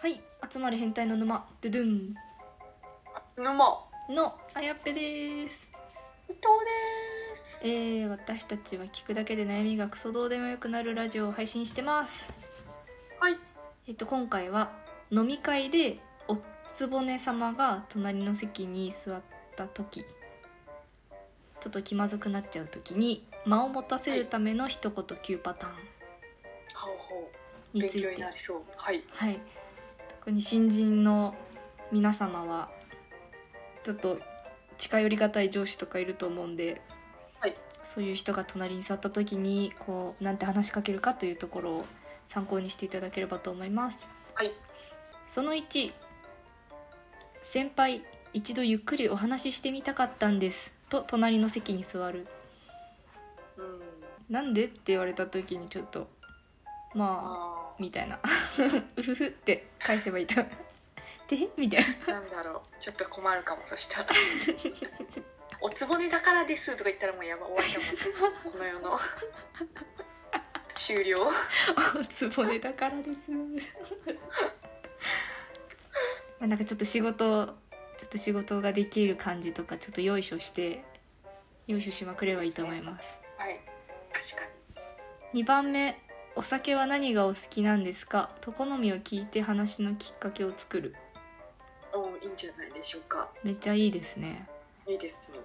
はい集まる変態の沼ドゥドゥン沼のあやっぺです伊藤ですえー、私たちは聞くだけで悩みがクソどうでもよくなるラジオを配信してますはいえっと今回は飲み会でおつぼね様が隣の席に座った時ちょっと気まずくなっちゃう時に間を持たせるための一言9パターンほうほうに勉ついて強になりそうはいはい、特に新人の皆様はちょっと近寄りがたい上司とかいると思うんで、はいそういう人が隣に座った時にこうなんて話しかけるかというところを参考にしていただければと思いますはいその1先輩一度ゆっくりお話ししてみたかったんですと隣の席に座るうんなんでって言われた時にちょっとまああみたいな うふふって返せばいいと でみたいなーなんだろうちょっと困るかもそ したらおつぼねだからですとか言ったらもうやば終わりだもんこの世の終了つぼねだから です。なんかちょっと仕事、ちょっと仕事ができる感じとか、ちょっと用意書して。用意書しまくればいいと思います。はい確かに二番目、お酒は何がお好きなんですか。と好みを聞いて、話のきっかけを作る。おーいいんじゃないでしょうかめっちゃいいですね。いいですね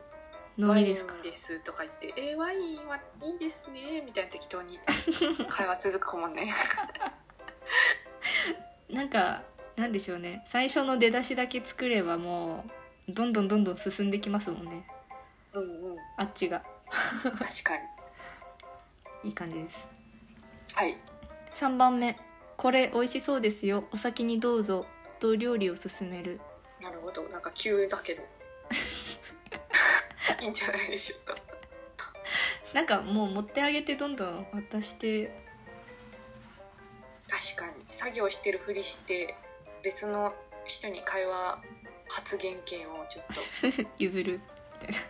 飲ワイみンですから。ですとか言って「えーワインはいいですね」みたいな適当に会話続くもんねなんか、なんでしょうね。最初の出だしだけ作れば、もう。どんどんどんどん進んできますもんね。うんうんあっちが。確かにいい感じです。はい3番目これ美味しそうですよお先にどうぞと料理を勧めるなるほどなんか急だ けどいいんじゃないでしょうかなんかもう持ってあげてどんどん渡して 確かに作業してるふりして別の人に会話発言権をちょっ譲る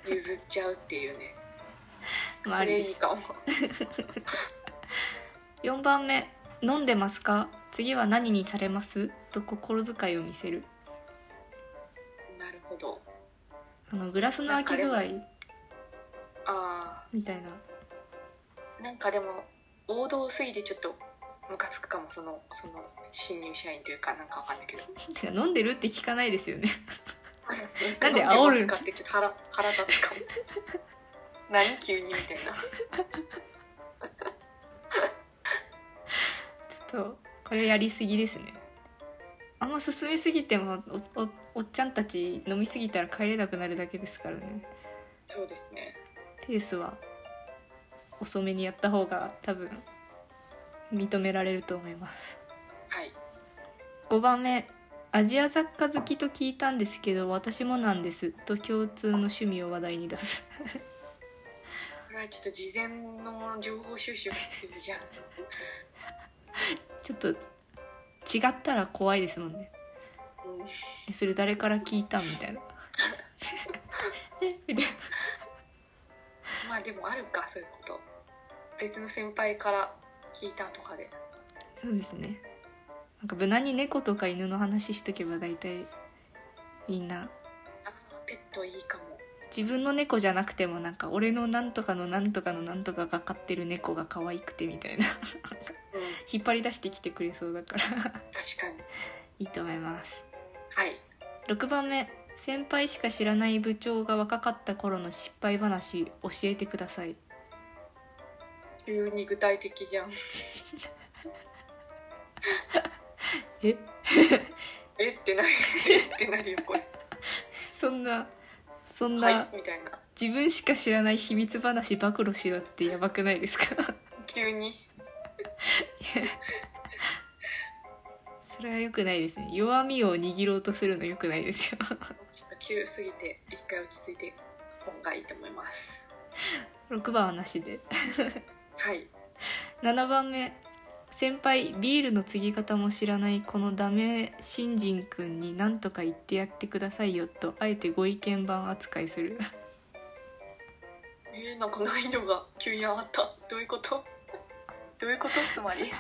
と譲っちゃうっていう ねまあそあれりいでいすかも4番目飲んでますか次は何にされますと心遣いを見せるなるほどあのグラスの空き具合あみたいなーなんかでも王道すぎてちょっとムカつくかもそのその新入社員というかなんかわかんないけどてか飲んでるって聞かないですよねなんでで煽煽るるんんかってちょっと腹腹立つ かも何急にみたいなちょっとこれやりすぎですねあんま進めすぎてもおおおっちゃんたち飲みすぎたら帰れなくなるだけですからねそうですねペースは遅めにやった方が多分認められると思いますはい5番目アジア雑貨好きと聞いたんですけど私もなんですと共通の趣味を話題に出すこれはちょっと事前の情報収集が必要じゃんちょっと違ったら怖いですもんね うんえそれ誰から聞いたんみたいな えみたいなまあでもあるかそういうこと別の先輩から聞いたとかでそうですねなんか無難に猫とか犬の話しとけば大体みんなあーペットいいかも自分の猫じゃなくてもなんか俺のなんとかのなんとかのなんとかが飼ってる猫が可愛くてみたいな うん引っ張り出してきてくれそうだから確かにいいと思いますはい6番目先輩しか知らない部長が若かった頃の失敗話教えてください 急に具体的じゃんえ えってなるえってなるよこれそんなそんな、はいみたいな自分しか知らない秘密話暴露しろってやばくないですか急にそれは良くないですね弱みを握ろうとするの良くない ですよちょっと急すぎて一回落ち着いて本がいいと思います6番はなしではい7番目先輩ビールの継ぎ方も知らないこのダメ新人くんに何とか言ってやってくださいよとあえてご意見番扱いするえー、なんか難易度が急に上がったどういうことどういうことつまり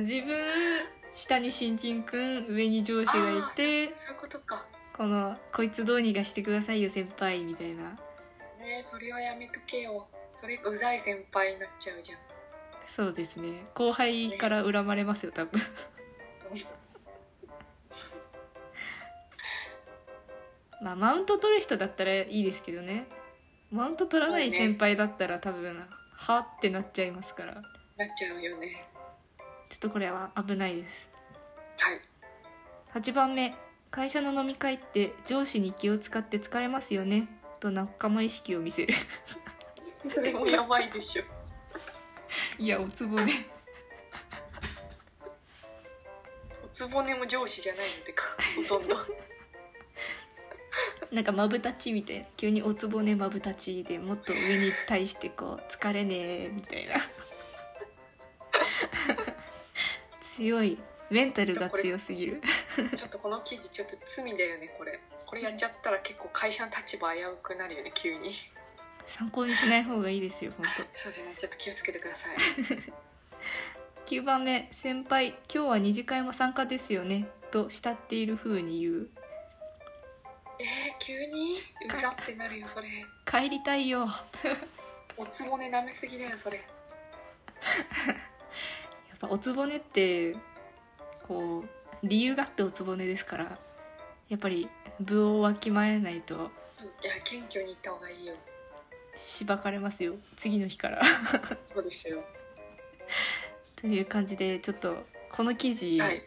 自分下に新人くん上に上司がいてそういうことかこの「こいつどうにかしてくださいよ先輩」みたいなねえそれはやめとけよそれうざい先輩になっちゃうじゃんそうですね後輩から恨まれますよ多 分まあマウント取る人だったらいいですけどねマウント取らない先輩だったら多分はってなっちゃいますからちなっちゃうよねょっとこれは危ないですはい8番目会社の飲み会って上司に気を使って疲れますよねと仲間意識を見せるそれもやばいでしょいやおつぼねおつぼねも上司じゃないのでかほとんどなんかまぶたちみたいな急におつぼねまぶたちでもっと上に対してこう疲れねえみたいな強いメンタルが強すぎるちょっとこの記事ちょっと罪だよねこれこれやっちゃったら結構会社の立場危うくなるよね急に参考にしない方がいいですよ本そうですねちょっと気をつけてください当9番目先輩今日は二次会も参加ですよねと慕っている風に言うえー、急にうざってなるよそれ帰りたいよおつぼね舐めすぎだよそれやっぱおつぼねってこう理由があっておつぼねですからやっぱり部をわきまえないといや謙虚に行った方がいいよしばかれますよ次の日からそうですよという感じでちょっとこの記事はい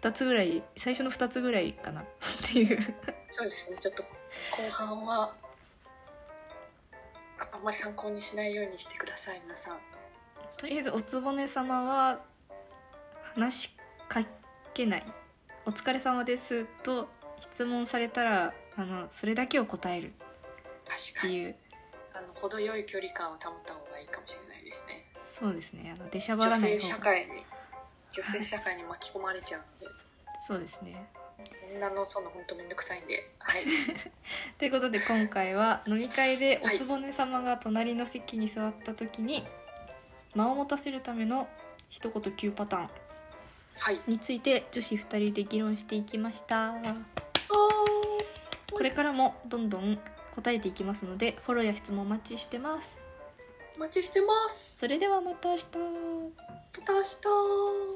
2つぐらい最初の2つぐらいかな っていうそうですねちょっと後半はああんまり参考にしないようにしてください皆さんとりあえずおつぼね様は話しかけない「お疲れ様です」と質問されたらあのそれだけを答えるっ確かてにいうあの程よい距離感を保った方がいいかもしれないですねそうですねあの出しゃば女らない性方社が会に女性社会に巻き込まれちゃうのでそうですね女のその本当めんどくさいんで はいということで今回は飲み会でおつぼね様が隣の席に座った時に間を持たせるための一言9パターンはいについて女子2人で議論していきましたこれからもどんどん答えていきますのでフォローや質問お待ちしてますお待ちしてますそれではまた明日また明日